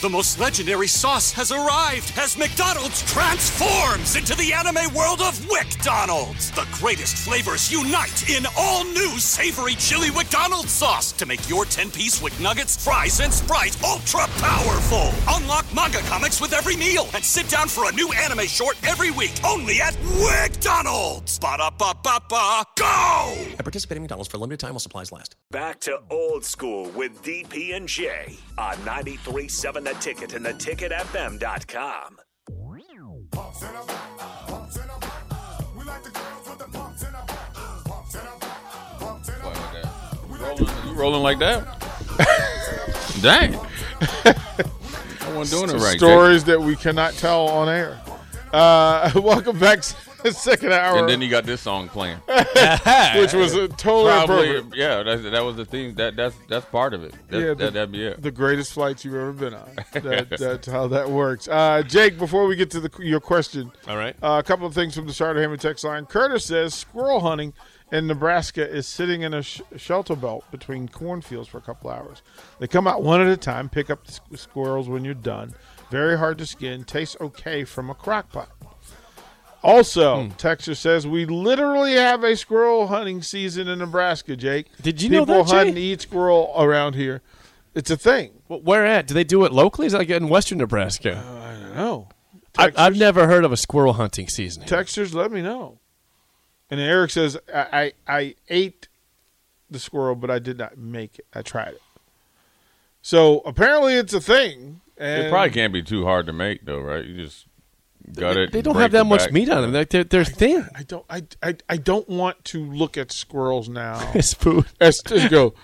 The most legendary sauce has arrived as McDonald's transforms into the anime world of WickDonald's. The greatest flavors unite in all new savory chili McDonald's sauce to make your 10-piece Wick Nuggets, fries, and Sprite ultra-powerful. Unlock manga comics with every meal and sit down for a new anime short every week only at WickDonald's. Ba-da-ba-ba-ba, go! At participating McDonald's for a limited time while supplies last. Back to old school with DP and J on 93.7 The Ticket and theticketfm.com. You rolling like that? Dang. I wasn't doing it right. Stories that we cannot tell on air. Uh, welcome back to the second Jay. hour, And then you got this song playing. which was a totally Probably, appropriate. yeah. That's, that was the thing. That that's that's part of it. That, Yeah, the- that, that'd be it. The greatest flights you've ever been on. That, that's how that works. Uh, Jake, before we get to the, your question, All right. uh, a couple of things from the Charter Hammond text line. Curtis says squirrel hunting in Nebraska is sitting in a sh- shelter belt between cornfields for a couple hours. They come out one at a time, pick up the squ- squirrels when you're done. Very hard to skin, tastes okay from a crock pot. Hmm. Also, Texas says we literally have a squirrel hunting season in Nebraska, Jake. Did you know People that, hunt Jay? and eat squirrel around here. It's a thing. Wh- Where at? Do they do it locally? Is that like in western Nebraska? No. Oh. Uh, I, I've never heard of a squirrel hunting season. here. Textures, let me know. And then Eric says, I, I, I ate the squirrel, but I did not make it. I tried it. So apparently it's a thing. And It probably can't be too hard to make though, right? You just got They, it. they and don't break have the that much back. meat on them. Like, They're, they're thin. I don't I, I, I don't want to look at squirrels now. It's food. As just go.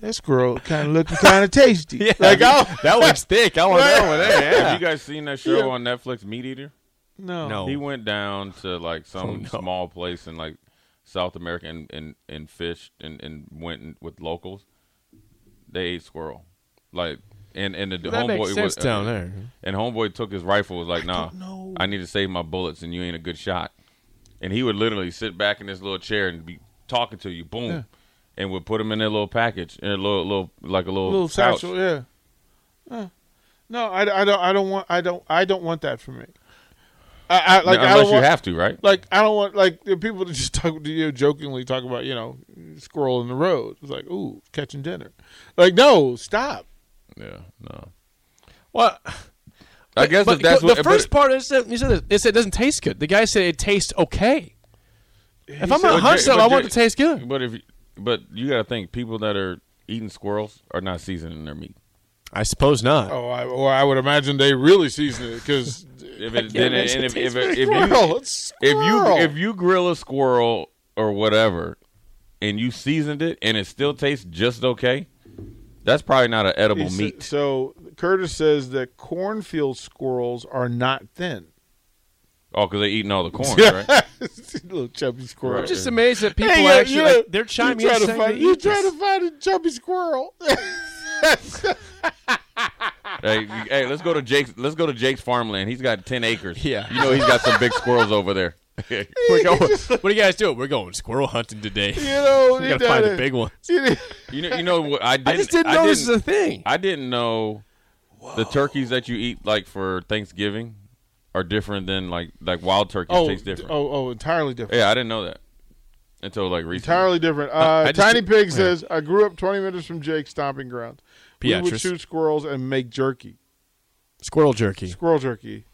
That squirrel kind of looking kind of tasty. like oh That one's thick. I want that one. Hey, have you guys seen that show on Netflix, Meat Eater? no. No. Oh, He went down to like some no. small place in like South America and and, and fished and, and went and, with locals. They ate squirrel, like and and the That homeboy makes sense was uh, down there. And homeboy took his rifle was like, nah, I need to save my bullets and you ain't a good shot. And he would literally sit back in this little chair and be talking to you, boom, and would put him in their little package in a little little like a little, little pouch. satchel, yeah. Uh, no, I, I don't I don't want I don't I don't want that for me. I, I like I unless don't you want, have to, right? like I don't want like the people to just talk to you know, jokingly talk about you know squirrel in the road. It's like ooh catching dinner. Like no stop. Yeah, no. What? I guess But if that's the what, but- first part is that you said this, it said it doesn't taste good. The guy said it tastes okay. if I'm said- gonna But hunt Jay- something, I but want it to Jay- taste good. But if you, but you got to think people that are eating squirrels are not seasoning their meat. I suppose not. Oh, I, or I would imagine they really season it because If it, then, imagine and if, it if, tastes if, like if squirrel. you It's if you squirrel. if you grill a squirrel or whatever, and you seasoned it and it still tastes just okay, that's probably not an edible He sa- meat. So Curtis says that cornfield squirrels are not thin. Oh, because they're eating all the corn, right? Little chubby squirrel. I'm just amazed that people Hey, yeah, actually yeah. like, they're chiming you in trying to saying find they you eat trying this. to find a chubby squirrel. hey, you- hey, let's go to Jake's. Let's go to Jake's farmland. He's got ten acres. Yeah. you know he's got some big squirrels over there. We're going- what do you guys do? We're going squirrel hunting today. you know, we he gotta find done a it. big one. You know, you know what I didn't. I just didn't know this was a thing. I didn't know the turkeys that you eat like for Thanksgiving are different than like like wild turkeys Oh, taste different. oh, oh, entirely different. Yeah, I didn't know that. until like recently. Entirely different. Uh, I just- Tiny Pig yeah. says, "I grew up 20 minutes from Jake's stomping grounds. We would Beatrice. shoot squirrels and make jerky, Squirrel jerky. squirrel jerky.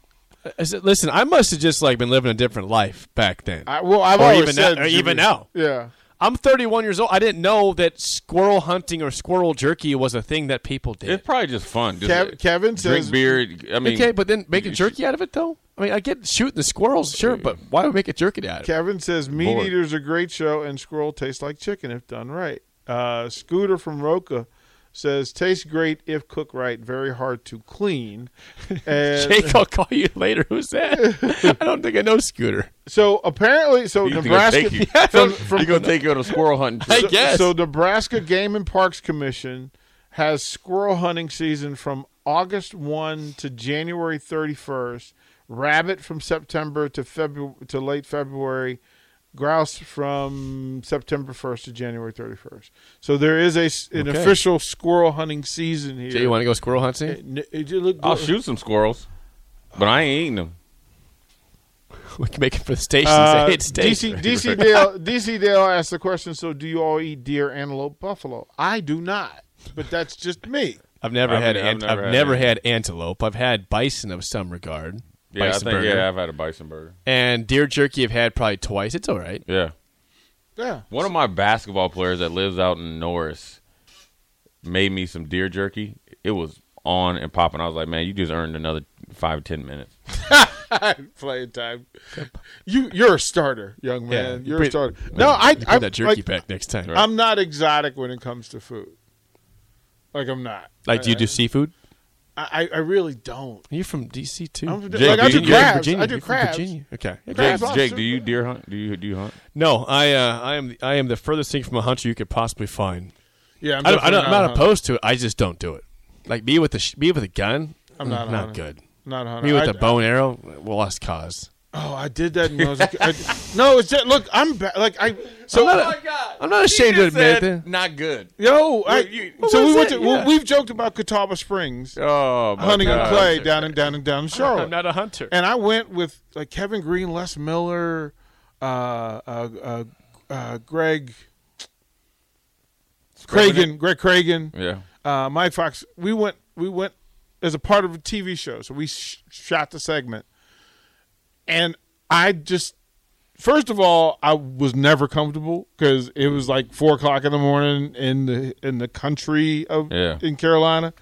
I said, Listen, I must have just like been living a different life back then. I, well, I've Or always even now- said or even jerky. now. Yeah, I'm 31 years old. I didn't know that squirrel hunting or squirrel jerky was a thing that people did. It's probably just fun. Just Kev- Kevin drink says- beer. I mean, okay, but then make a you jerky out of it though. I mean, I get shooting the squirrels, sure, but why would we make a jerky out of it? Kevin says Meat Lord. Eater's a great show, and squirrel tastes like chicken if done right. Uh, Scooter from Roca says tastes great if cooked right, very hard to clean. And Jake, I'll call you later. Who's that? I don't think I know Scooter. so apparently, so He's Nebraska gonna take you. from, from He's gonna take you on a squirrel hunting I trip. guess. So Nebraska Game and Parks Commission has squirrel hunting season from August 1 to January 31st, rabbit from September to February to late February, grouse from September 1st to January 31st. So there is a s- an Okay. official squirrel hunting season here. Jay, you want to go squirrel hunting? N- it just look I'll good. shoot some squirrels, but I ain't eating them. We can make it for the station. Uh, Say, it's station. DC, DC Dale DC Dale asked the question. So, do you all eat deer, antelope, buffalo? I do not, but that's just me. I've never I've had. never- ant- I've never I've had never any. had antelope. I've had bison of some regard. Yeah, I bison think, burger. yeah, I've had a bison burger. And deer jerky, I've had probably twice. It's all right. Yeah. Yeah. One of my basketball players that lives out in Norris made me some deer jerky. It was on and popping. I was like, man, you just earned another five, ten minutes. playing time. You you're a starter, young man. you you're a put- starter. No, I You I put that jerky like, back next time. I'm not exotic when it comes to food. Like I'm not. Like, do you do seafood? I I I really don't. You're from DC too. I'm from, Jake, like I do do You're from you- crabs. Virginia. I do You're from crabs. Virginia. Okay. Jake, Crabs, Jake, lobster. do you deer hunt? Do you do you hunt? No, I uh, I am I am the furthest thing from a hunter you could possibly find. Yeah, I'm, I don't, I definitely don't, I'm not a hunter. opposed to it. I just don't do it. Like me with the sh- me with a gun. I'm mm, not a hunter. good. Not a hunter. Me with I- a bow and arrow. Well, lost cause. Oh, I did that when I was a kid. I, no, it's that look. I'm ba- like I. So Oh Uh, God. I'm not ashamed to admit it. Not good. yo, I, you- so we was went it? to. we- Yeah. We've joked about Catawba Springs Oh, my hunting God. and play down and down and down in Charlotte. I'm not a hunter. and I went with like Kevin Green, Les Miller, uh, uh, uh, uh, Greg Cragen, Greg Cragen, Yeah. uh, Mike Fox. We went, we went as a part of a TV show, so we sh- shot the segment, and I just. First of all, I was never comfortable because it was like four o'clock in the morning in the in the country of Yeah. in Carolina.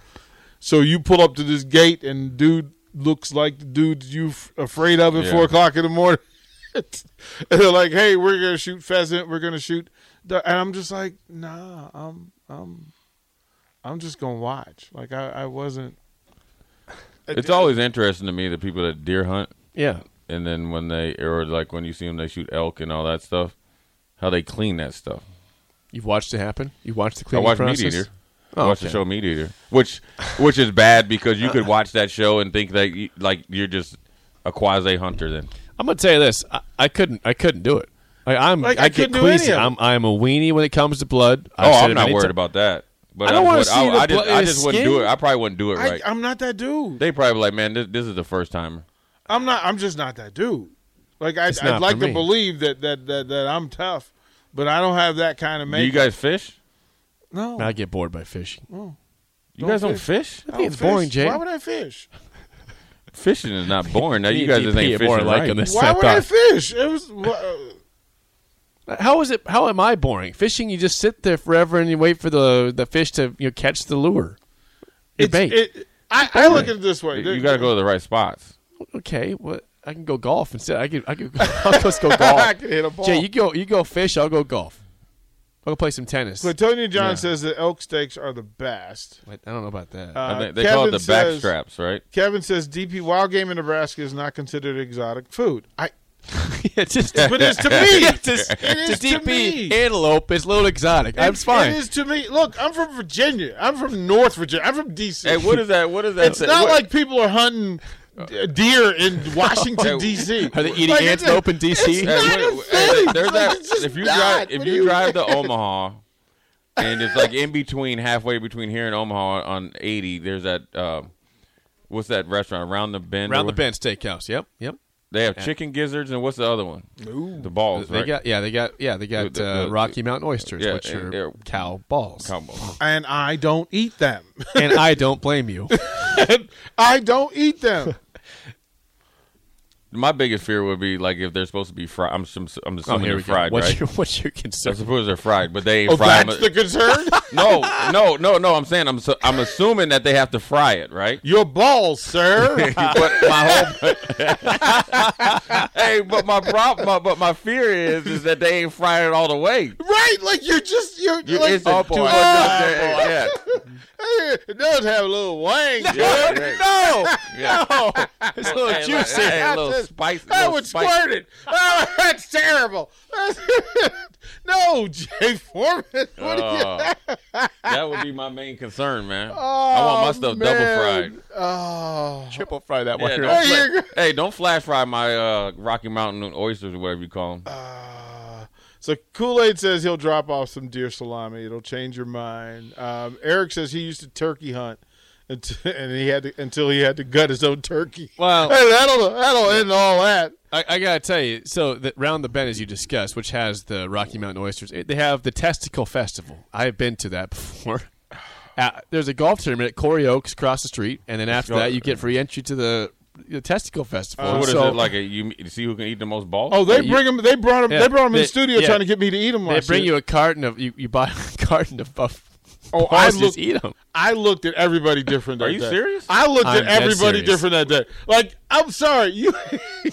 So you pull up to this gate, and dude looks like the dude you f- afraid of at Yeah. four o'clock in the morning. and they're like, "Hey, we're gonna shoot pheasant. We're gonna shoot," du-" and I'm just like, "Nah, I'm, I'm, I'm just gonna watch." Like I, I wasn't. It's always interesting to me the people that deer hunt yeah. and then when they or like when you see them they shoot elk and all that stuff, how they clean that stuff. You've watched it happen. You watched the I cleaning watch process. Meat Eater. Oh, I watch the okay. show Meat Eater, which which is bad because you could watch that show and think that you, like you're just a quasi hunter. Then I'm gonna tell you this. I, I couldn't. I couldn't do it. I, I'm. Like, I, I get couldn't do any queasy. of it. I'm. I'm a weenie when it comes to blood. I've oh, said I'm it not many worried ti- about that. But I don't wanna would- see I, the I just, blood in I his just wouldn't do skin. it. I probably wouldn't do it right. I, I'm not that dude. they probably like, man, this, this is the first timer. I'm not. I'm just not that dude. Like I, It's I'd not like for to me. believe that that that that I'm tough, but I don't have that kind of Do you makeup. guys fish? no. I get bored by fishing. You guys don't I fish? think don't it's boring, fish. Jake. Why would I fish? Fishing is not boring. Now you guys just DP ain't are more fishing alike right. on this. Why I would I thought. fish? It was. wha- How is it? How am I boring? Fishing, you just sit there forever and you wait for the the fish to you know, catch the lure. Your It's- bait. It, I, I look at it this way. You got to go to the right spots. okay, well, I can go golf instead. I can. I can. I'll just go golf. I can hit a ball. Jay, you go. You go fish. I'll go golf. I'll go play some tennis. Platonia John says that elk steaks are the best. I don't know about that. Uh, I think they Kevin call it the back says, straps, right? Kevin says DP wild game in Nebraska is not considered exotic food. I yeah, just but it's to me. Yeah, to, It is to to DP me. antelope is a little exotic. I'm it- fine. It is to me. Look, I'm from Virginia. I'm from North Virginia. I'm from DC. Hey, what is that? What is that? it's not like people are hunting d- deer in Washington DC. Are they eating Like, it's antelope a- in DC? Hey, not wait, a wait, thing. hey, there's Like, that. it's just If you not. drive, if What you, do you drive to Omaha, and it's like in between, halfway between here and Omaha on 80, there's that. Uh, what's that restaurant? Around the bend. Round or the bend steakhouse. Yep, yep. They have chicken gizzards and what's the other one? The balls, They right? got yeah, they got yeah, they got The- the- uh, the- Rocky Mountain oysters, yeah, which are yeah, yeah. cow balls. Combo. and I don't eat them. and I don't blame you. I don't eat them. My biggest fear would be like if they're supposed to be fried. I'm, I'm, I'm assuming they're fried, What's right? your what's your concern? I suppose they're fried, but they ain't Oh, fried. that's the concern. no, no, no, no. I'm saying I'm su- I'm assuming that they have to fry it, right? Your balls, sir. but my whole hey, but my problem, my, but my fear is is that they ain't frying it all the way. right? Like you're just you're, You- like Oh, it's a too much up there. Yeah. "Eh, it does have a little wang. dude." Yeah, yeah, no, yeah. no, it's a little Hey, like, juicy. hey, a That's little just- spice. I little would spice. squirt it. Oh, that's terrible. no, Jay Foreman. What are you? Oh, that would be my main concern, man. I want my stuff Oh, man. double fried. Oh, Triple fry that Yeah, one. don't There fla- you go. hey, don't flash fry my uh, Rocky Mountain oysters or whatever you call them. so Kool Aid says he'll drop off some deer salami. It'll change your mind. Um, Eric says he used to turkey hunt, unt- and he had to, until he had to gut his own turkey. Well- Hey, that'll that'll end all that. I, I gotta tell you, so the, round the bend as you discussed, which has the Rocky Mountain oysters, it, they have the Testicle Festival. I have been to that before. Uh, there's a golf tournament at Corey Oaks across the street, and then after go. that, you get free entry to the, the Testicle Festival. So what is So it like? A, you you see who can eat the most balls? Uh, Oh, they you- bring him. They brought him. Yeah, they brought him in they- the studio yeah. trying to get me to eat him. They bring you a carton of you, you buy a carton of buff. Oh, balls, I just looked- eat them. I looked at everybody different. That Are you day. serious? I looked I'm at dead everybody serious. different that day. Like, I'm sorry, you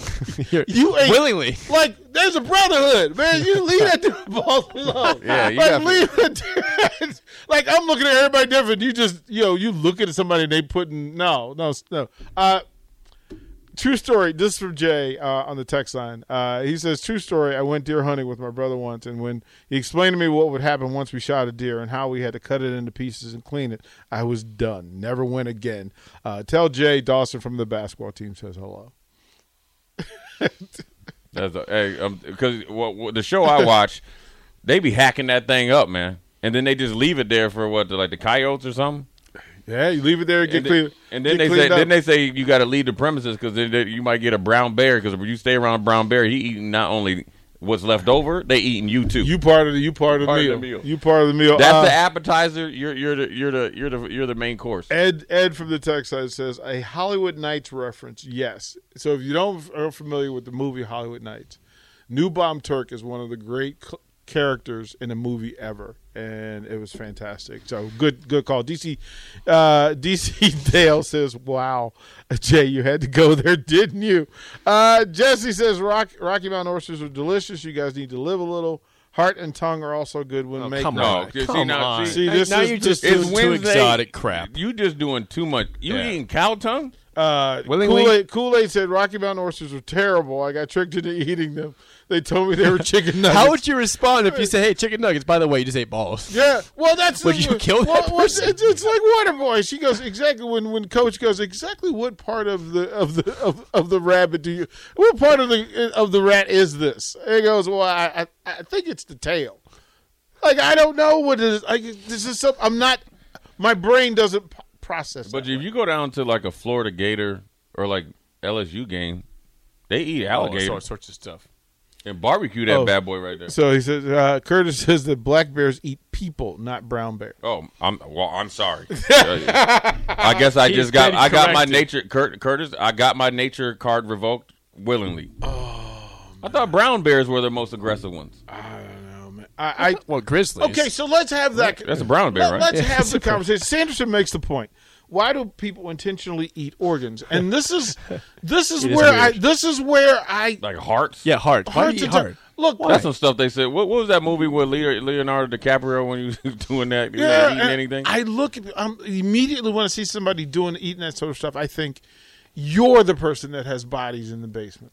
you ain't willingly. Like, there's a brotherhood, man. You leave that dude balls alone. Yeah, you like got- leave that dude. like I'm looking at everybody different. You just you know you looking at somebody and they putting no no no. Uh, True story. This is from Jay uh, on the text line. Uh, he says, "True story. I went deer hunting with my brother once, and when he explained to me what would happen once we shot a deer and how we had to cut it into pieces and clean it, I was done. Never went again. Uh, tell Jay Dawson from the basketball team says hello. That's a, hey, um 'cause because the show I watch, they be hacking that thing up, man, and then they just leave it there for what, like the coyotes or something. Yeah, you leave it there, get And, then- clean. and then get they say, cleaned up. then they say you got to leave the premises because then they- you might get a brown bear. Because if you stay around a brown bear, he eating not only what's left over, they eating you too. You part of the you part of the, Part of meal. the meal. You part of the meal. That's Uh, the appetizer. You're you're the you're the you're the you're the main course. Ed Ed from the text side says a Hollywood Nights reference. Yes. So if you don't are familiar with the movie Hollywood Nights, New Bomb Turk is one of the great c characters in a movie ever, and it was fantastic. So good good call. DC uh, DC Dale says, "Wow, Jay, you had to go there, didn't you?" Uh, Jesse says, Rock, "Rocky Mountain oysters are delicious. You guys need to live a little." Heart and tongue are also good when made. Come No, on, see, come now, on. see- See, this now is- you're just this doing is too exotic crap. You just doing too much. You Yeah. eating cow tongue? Uh, Willingly? Kool-Aid, Kool-Aid said Rocky Mountain oysters were terrible. I got tricked into eating them. They told me they were chicken nuggets. How would you respond if you say, "Hey, chicken nuggets"? By the way, you just ate balls. yeah, well, that's Would you kill well, that well, it's, it's like Waterboy. She goes exactly when when Coach goes exactly what part of the of the of, of the rabbit do you what part of the of the rat is this? And he goes, well, I, I I think it's the tail. Like I don't know what it is. I, this is some, I'm not. My brain doesn't p- process. But that if way. you go down to like a Florida Gator or like LSU game, they eat alligator all sorts of stuff. and barbecue that Oh. bad boy right there. so he says uh, Curtis says that black bears eat people, not brown bears. Oh, I'm well. I'm sorry. I guess I just got. been I got my corrected. nature Cur- Curtis. I got my nature card revoked willingly. Oh, I thought brown bears were the most aggressive ones. I, I Well, grizzlies. okay. So let's have that. That's a brown bear, right? Let, us have the conversation. Sanderson makes the point. Why do people intentionally eat organs? And this is this is where I this is where I Like hearts. yeah, hard. Why do hearts you eat attack- hard? Look, That's some stuff they said. What, what was that movie with Leo- Leonardo DiCaprio when he was doing that? He was not eating and anything? I look at um, immediately when I see somebody doing eating that sort of stuff. I think you're the person that has bodies in the basement.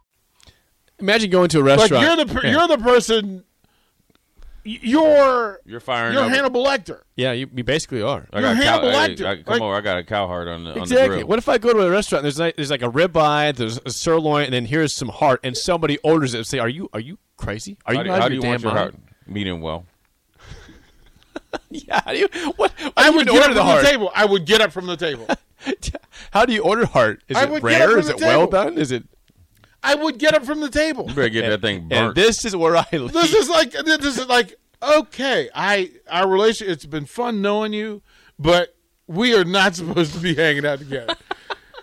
Imagine going to a Like restaurant. you're the per- you're the person. y- You're You're firing you're up. Hannibal Lecter. yeah, you, you basically are. I got you're a cow. Hannibal hey, Lecter. I, come Like- over. I got a cow heart on the, on the Exactly. grill. What if I go to a restaurant? There's like, there's like a ribeye, there's a sirloin, and then here's some heart, and somebody orders it. and Say, are you are you crazy? Are you how do, out of how do you your want damn your heart mind? medium well? Yeah. How do you, what? I how do you would even get order up the from heart. the table. I would get up from the table. How do you order heart? Is I it would get up rare? from Is the it well table. done? Is it? I would get up from the table. You better get that thing And burnt. this is where I leave. This is like this is like okay. I our relation. It's been fun knowing you, but we are not supposed to be hanging out together.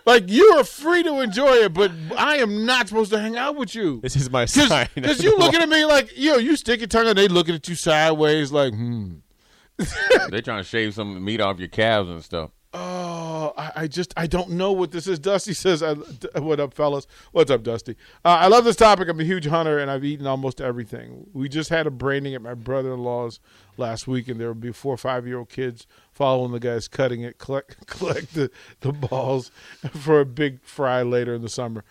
like you are free to enjoy it, but I am not supposed to hang out with you. This is my sign. Because you looking at me like yo, you stick your tongue out. They looking at you sideways like hmm. They're trying to shave some meat off your calves and stuff. Oh, I, I just I don't know what this is. Dusty says, I, d- "What up, fellas? What's up, Dusty? Uh, I love this topic. I'm a huge hunter, and I've eaten almost everything. We just had a branding at my brother-in-law's last week, and there would be four or five-year-old kids following the guys cutting it, collect, collect the, the balls for a big fry later in the summer.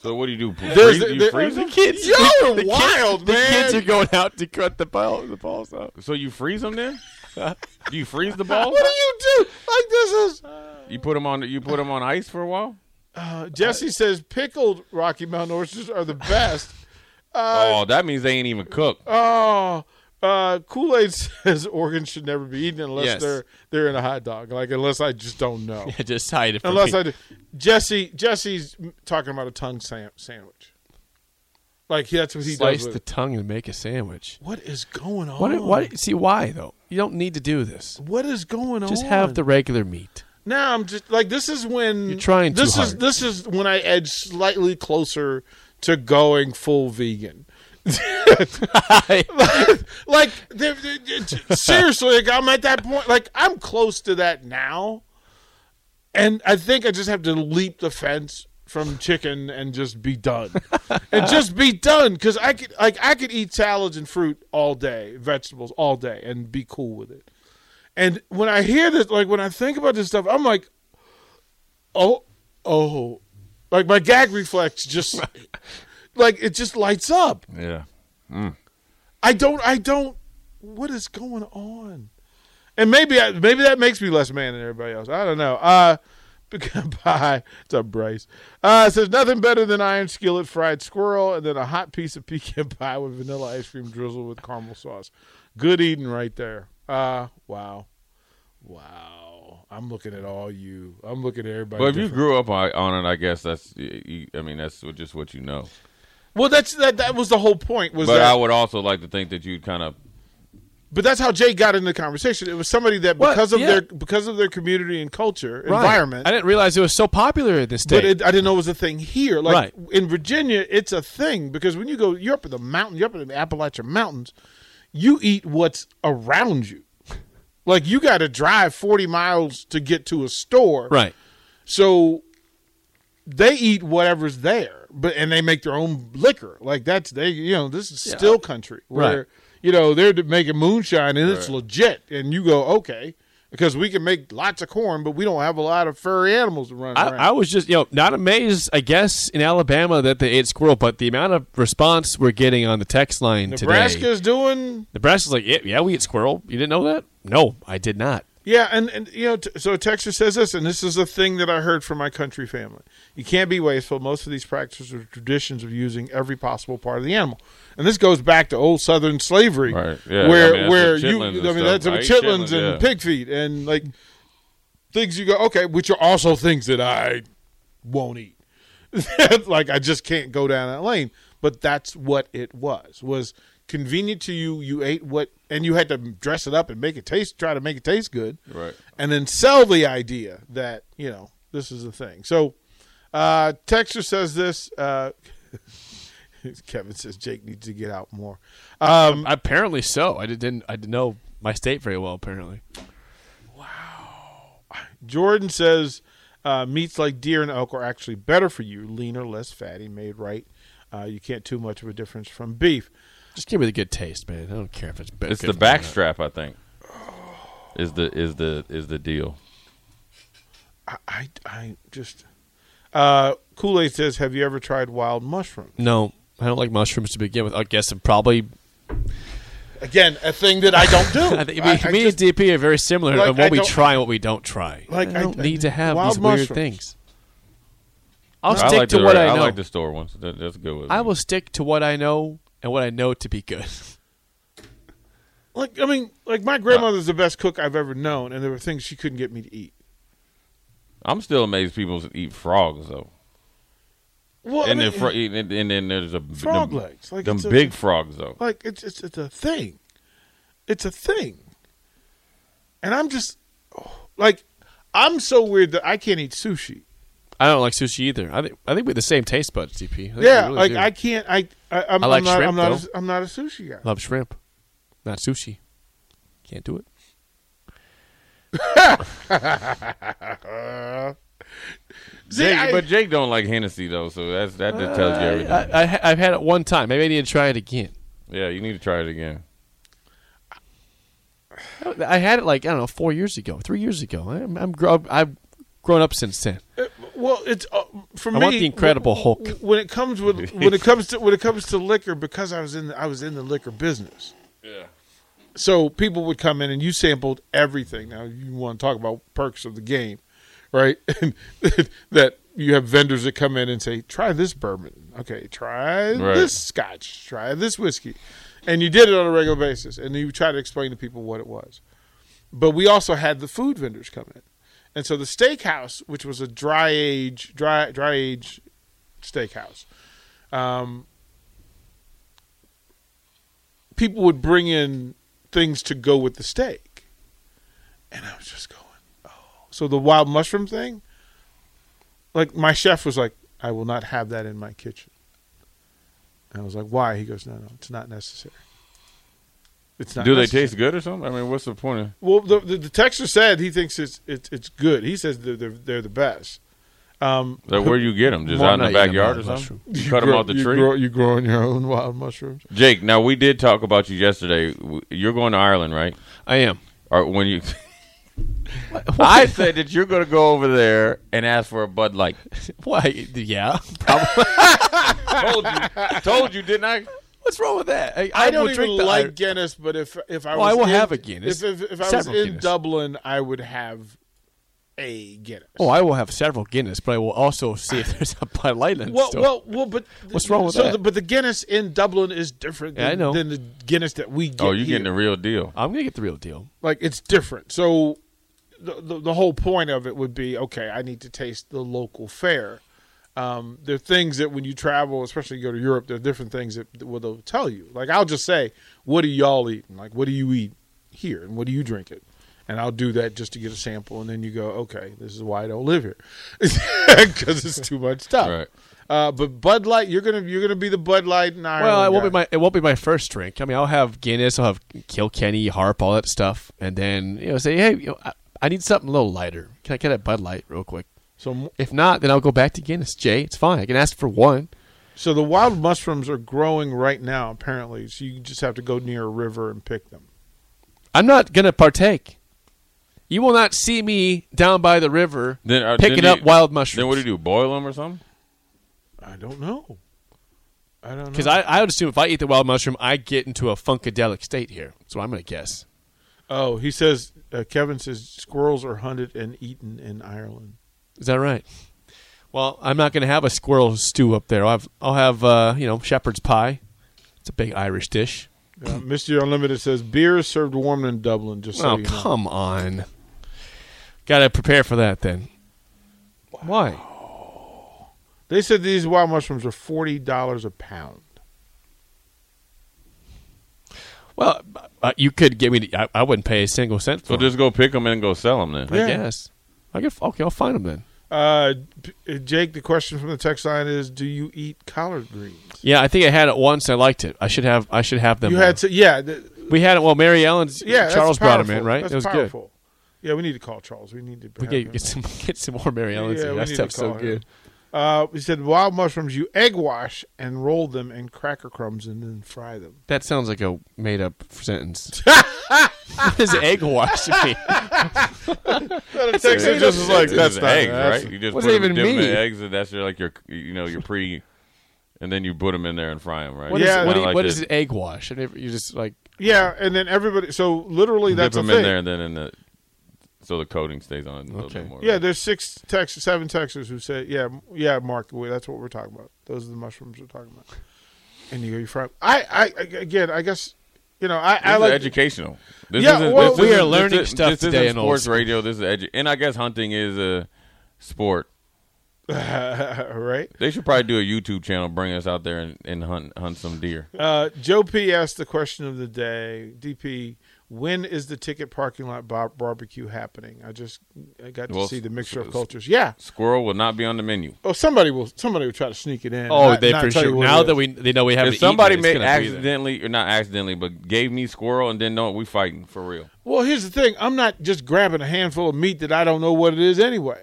So what do you do? There's- Freeze, you there- there's freeze them? a kid- Y'all are the kids- wild, the kids man. are going out to cut the ball, the balls out. So you freeze them then? do you freeze the balls? What do you do? Like this is You put them on. You put 'em on ice for a while. uh, Jesse says pickled Rocky Mountain oysters are the best. Uh, oh, that means they ain't even cooked. Oh, uh, Kool Aid says organs should never be eaten unless Yes. they're they're in a hot dog. Like unless I just don't know. Just hide it. From unless me. I do. Jesse Jesse's talking about a tongue sam- sandwich. Like that's what he slice does. with the it. tongue and make a sandwich. what is going on? Why? do- why? See why though? You don't need to do this. What is going on? Just have the regular meat. Now I'm just like this is when You're trying too This is hard. this is when I edge slightly closer to going full vegan. like they're- they're- they're- seriously like i'm at that point like i'm close to that now and i think i just have to leap the fence from chicken and just be done and just be done because i could like i could eat salads and fruit all day vegetables all day and be cool with it and when i hear this like when i think about this stuff i'm like oh oh like my gag reflex just like it just lights up Yeah. I don't. I don't. What is going on? And maybe I, maybe that makes me less man than everybody else. I don't know. Uh, bye. It's up, Bryce. Uh, it says nothing better than iron skillet fried squirrel and then a hot piece of pecan pie with vanilla ice cream drizzled with caramel sauce. Good eating right there. Uh, wow, wow. I'm looking at all you. I'm looking at everybody. But if you different. grew up on on it, I guess that's. y- You, I mean, that's what- just what you know. well, that's that. That was the whole point. Was But that, I would also like to think that you'd kind of. But that's how Jay got into the conversation. It was somebody that Well, because of yeah. their because of their community and culture Right. environment. I didn't realize it was so popular in this state. but it, I didn't know it was a thing here. Like Right. in Virginia, it's a thing because when you go, you're up in the mountain, you're up in the Appalachian Mountains, you eat what's around you. Like you got to drive forty miles to get to a store, right. So they eat whatever's there, but and they make their own liquor. Like that's they, you know, this is still country where Right. you know they're making moonshine and it's legit. And you go okay because we can make lots of corn, but we don't have a lot of furry animals to run I, around. I was just, you know, not amazed, I guess, in Alabama that they ate squirrel, but the amount of response we're getting on the text line today. Nebraska's doing Nebraska's like, yeah, yeah, we eat squirrel. You didn't know that? No, I did not. Yeah, and, and you know, t- so Texas says this, and this is a thing that I heard from my country family. You can't be wasteful. Most of these practices are traditions of using every possible part of the animal, and this goes back to old Southern slavery, Right, yeah, where I mean, that's where the you, chitlins I mean, and stuff, that's right? chitlins Chitlins, and yeah. pig feet and like things you go okay, which are also things that I won't eat. like I just can't go down that lane. But that's what it was. Was convenient to you. You ate what, and you had to dress it up and make it taste. Try to make it taste good, Right. And then sell the idea that you know this is a thing. So, uh, Texter says this. Uh, Kevin says Jake needs to get out more. Um, apparently so. I didn't. I didn't know my state very well. Apparently, Jordan says uh, meats like deer and elk are actually better for you, leaner, less fatty, made right. Uh, you can't too much of a difference from beef. just give it a good taste, man. I don't care if it's better. It's the backstrap, I think. Is the is the is the deal? I, I, I just uh, Kool Aid says, "Have you ever tried wild mushrooms?" No, I don't like mushrooms to begin with. I guess I'm probably. Again, a thing that I don't do. I think me, I- I me just- and DP are very similar Like, on I what we don't- try and what we don't try. Like, I I- don't need to have wild these weird mushrooms. things. I'll I stick like to the, what I know. like the store ones. That, that's good. With I me. will stick to what I know and what I know to be good. Like I mean, like my grandmother's the best cook I've ever known, and there were things she couldn't get me to eat. I'm still amazed people eat frogs though. Well, I and, mean, then fro- and, and then there's a Frog them, legs, like them it's a- big frogs though. like it's it's it's a thing. It's a thing. And I'm just oh, like I'm so weird that I can't eat sushi. I don't like sushi either. I think I think we have the same taste buds, DP. I think we yeah, really like do. I can't. I, I I'm, I like I'm not. shrimp, I'm not. though. A, I'm not a sushi guy. love shrimp, not sushi. Can't do it. See, Jake, I- Uh, but Jake don't like Hennessy though, so that's that just tells you everything. I, I ha- I've had it one time. Maybe I need to try it again. yeah, you need to try it again. I- I had it like I don't know four years ago, three years ago. I'm, I'm grow- I've grown up since then. well, it's uh, for I me. want the Incredible w- Hulk. w- When it comes with when it comes to when it comes to liquor, because I was in the, I was in the liquor business. Yeah. So people would come in and you sampled everything. Now you want to talk about perks of the game, right? And that you have vendors that come in and say, "Try this bourbon, okay? Try Right. this scotch, try this whiskey," and you did it on a regular basis, and you try to explain to people what it was. But we also had the food vendors come in, and so the steakhouse, which was a dry age, dry dry age steakhouse, um, people would bring in things to go with the steak. And I was just going, oh. So the wild mushroom thing, like my chef was like, I will not have that in my kitchen. And I was like, why? He goes, no, no, it's not necessary. It's not Do they necessary." taste good or something? I mean, what's the point? Of, Well, the, the, the texture said he thinks it's, it's, it's good. He says they're, they're, they're the best. Um, like, where you get them? Just out in not the eating backyard a or wild something? You cut them grow- off the you tree. Grow, you growing your own wild mushrooms. Jake, now we did talk about you yesterday. W- You're going to Ireland, right? I am. Or when you. I said that you're going to go over there and ask for a Bud Light. Why? Yeah. Probably. told you, told you, didn't I? What's wrong with that? I, I, I don't will even drink the- like Guinness, but if if I Oh, I was will in, have a Guinness. If if, if I was in Several Guinness. Dublin, I would have a Guinness. oh, I will have several Guinness, but I will also see if there's a Bud Light in the well, store. well, well, but What's wrong with so that? The, but the Guinness in Dublin is different than, Yeah, I know. than the Guinness that we get. Oh, you're here. getting the real deal. I'm gonna get the real deal. like it's different. So the, the the whole point of it would be okay. I need to taste the local fare. Um, there are things that when you travel, especially you go to Europe, there are different things that, that will they'll tell you. Like I'll just say, "What are y'all eating? Like what do you eat here, and what do you drink it?" And I'll do that just to get a sample, and then you go, "Okay, this is why I don't live here because it's too much stuff." Right. Uh, but Bud Light, you're gonna you're gonna be the Bud Light in Ireland. Well, it won't be guy. my it won't be my first drink. I mean, I'll have Guinness, I'll have Kilkenny, Harp, all that stuff, and then you know say, hey, you know, I, I need something a little lighter. Can I get a Bud Light real quick? so If not, then I'll go back to Guinness. Jay, it's fine. I can ask for one. So the wild mushrooms are growing right now, apparently. So you just have to go near a river and pick them. I'm not gonna partake. You will not see me down by the river Then, uh, picking then up you- wild mushrooms. Then what do you do? Boil them or something? I don't know. I don't know. Because I, I would assume if I eat the wild mushroom, I get into a funkadelic state here. That's what I'm gonna guess. oh, he says uh, Kevin says squirrels are hunted and eaten in Ireland. Is that right? Well, I'm not going to have a squirrel stew up there. I'll have, I'll have uh, you know shepherd's pie. It's a big Irish dish. Uh, Mr. Unlimited says beer is served warm in Dublin. Just so Hmm. oh you know. come on! Got to prepare for that then. Why? They said these wild mushrooms are forty dollars a pound. Well, uh, you could get me. To, I, I wouldn't pay a single cent for So it. just go pick them and go sell them then. I guess. I could, okay, I'll find them then. Uh, P- Jake, the question from the text line is: Do you eat collard greens? Yeah, I think I had it once. I liked it. I should have. I should have them. You more. had to, yeah, th- We had it. Well, Mary Ellen's. yeah. that's Charles brought him in, powerful. right? That's it was good. powerful. Yeah, we need to call Charles. We need to. We have get, him. get some get some more Mary Ellen's. Yeah, in. we that need to stuff's so call her. good. Uh, we said wild mushrooms. You egg wash and roll them in cracker crumbs and then fry them. That sounds like a made up sentence. what does egg wash mean? Text is just as like that's It's just not eggs, that's- right? You just What put does that them, even dip them in mean? eggs, and that's your, like your, you know, your pre, and then you put them in there and fry them, right? What is, Yeah, what, do Kinda you- like what the- is an egg wash? I never- you just like Yeah, and then everybody. So literally, Dip that's a them thing. in there, and then in the, so the coating stays on a little Okay. bit more. Yeah, right? there's six Texas, seven Texas who said, "Yeah, m- yeah, Mark, we- that's what we're talking about. Those are the mushrooms we're talking about." And you go, you fry. 'em. I, I, again, I guess, you know, I, This I is like educational. This Yeah, isn't, well, this we isn't- are learning this isn't- stuff this isn't today in old sports school. radio. This is edu- and I guess hunting is a sport. right. They should probably do a YouTube channel, bring us out there and, and hunt hunt some deer. Uh, Joe P asked the question of the day. DP, when is the ticket parking lot bar- barbecue happening? I just I got to Well, see the s- mixture of s- cultures. Yeah. Squirrel will not be on the menu. Oh, somebody will. Somebody will try to sneak it in. and oh not- they not for tell you sure what now it that is. we they know we haven't If somebody eaten, it, made it's gonna be there. accidentally or not accidentally, but gave me squirrel and then no, we fighting for real. Well, here's the thing. I'm not just grabbing a handful of meat that I don't know what it is anyway.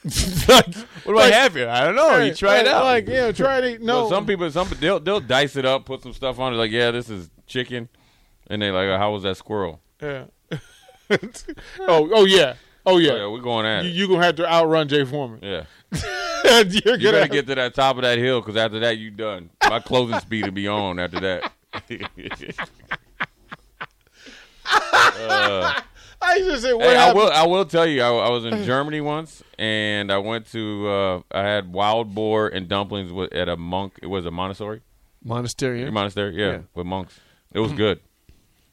like, What do I have here? I don't know. Oh, you try it like- out. Like, yeah, try it. No, But some people, some they'll they'll dice it up, put some stuff on it. Like, yeah, this is chicken, and they like, how was that squirrel? Yeah. oh, oh yeah, oh Yeah, yeah. oh, yeah we're going at you, it. you gonna have to outrun Jay Foreman. yeah, You're gonna you better have- get to that top of that hill because after that, you done. My closing speed will be on after that. I just said what Hey, I happened? will. I will tell you. I, I was in Germany once, and I went to. Uh, I had wild boar and dumplings with, at a monk. It was a monastery. Monastery. yeah? monastery. Yeah, Yeah. with monks. It was good.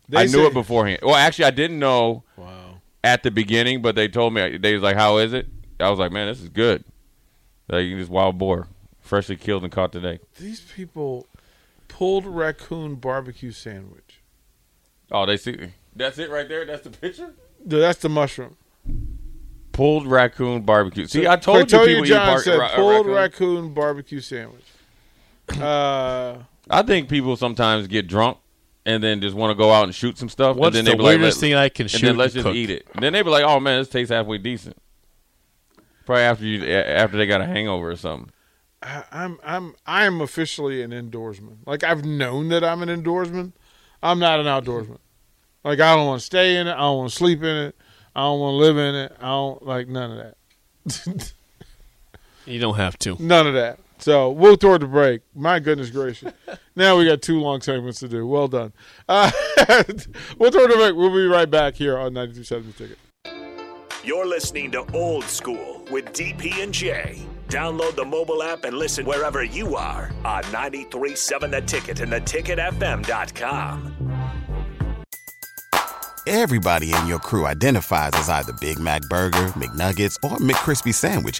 They I knew say- it beforehand. Well, actually, I didn't know. At the beginning, but they told me they was like, "How is it?" I was like, "Man, this is good." Like you just wild boar, freshly killed and caught today. These people pulled raccoon barbecue sandwich. Oh, they see. That's it right there. That's the picture. No, That's the mushroom. Pulled raccoon barbecue. See, I told you Pretoria people John eat bar- said ra- a pulled raccoon. raccoon. barbecue sandwich. Uh, I think people sometimes get drunk and then just want to go out and shoot some stuff. What's and the then they be like, weirdest "Let- thing I can and shoot? then let's and just cook? eat it. And then they be like, "Oh man, this tastes halfway decent." Probably after you, a- after they got a hangover or something. I, I'm I'm I am officially an indoorsman. Like I've known that I'm an indoorsman. I'm not an outdoorsman. Like I don't want to stay in it. I don't want to sleep in it. I don't want to live in it. I don't like none of that. You don't have to. None of that. So we'll toward the break. My goodness gracious. now we got two long segments to do. Well done. Uh, we'll toward the break. We'll be right back here on 927 The Ticket. You're listening to Old School with DP and J. Download the mobile app and listen wherever you are on 937 The Ticket and theticketfm.com. Everybody in your crew identifies as either Big Mac Burger, McNuggets, or McCrispy Sandwich.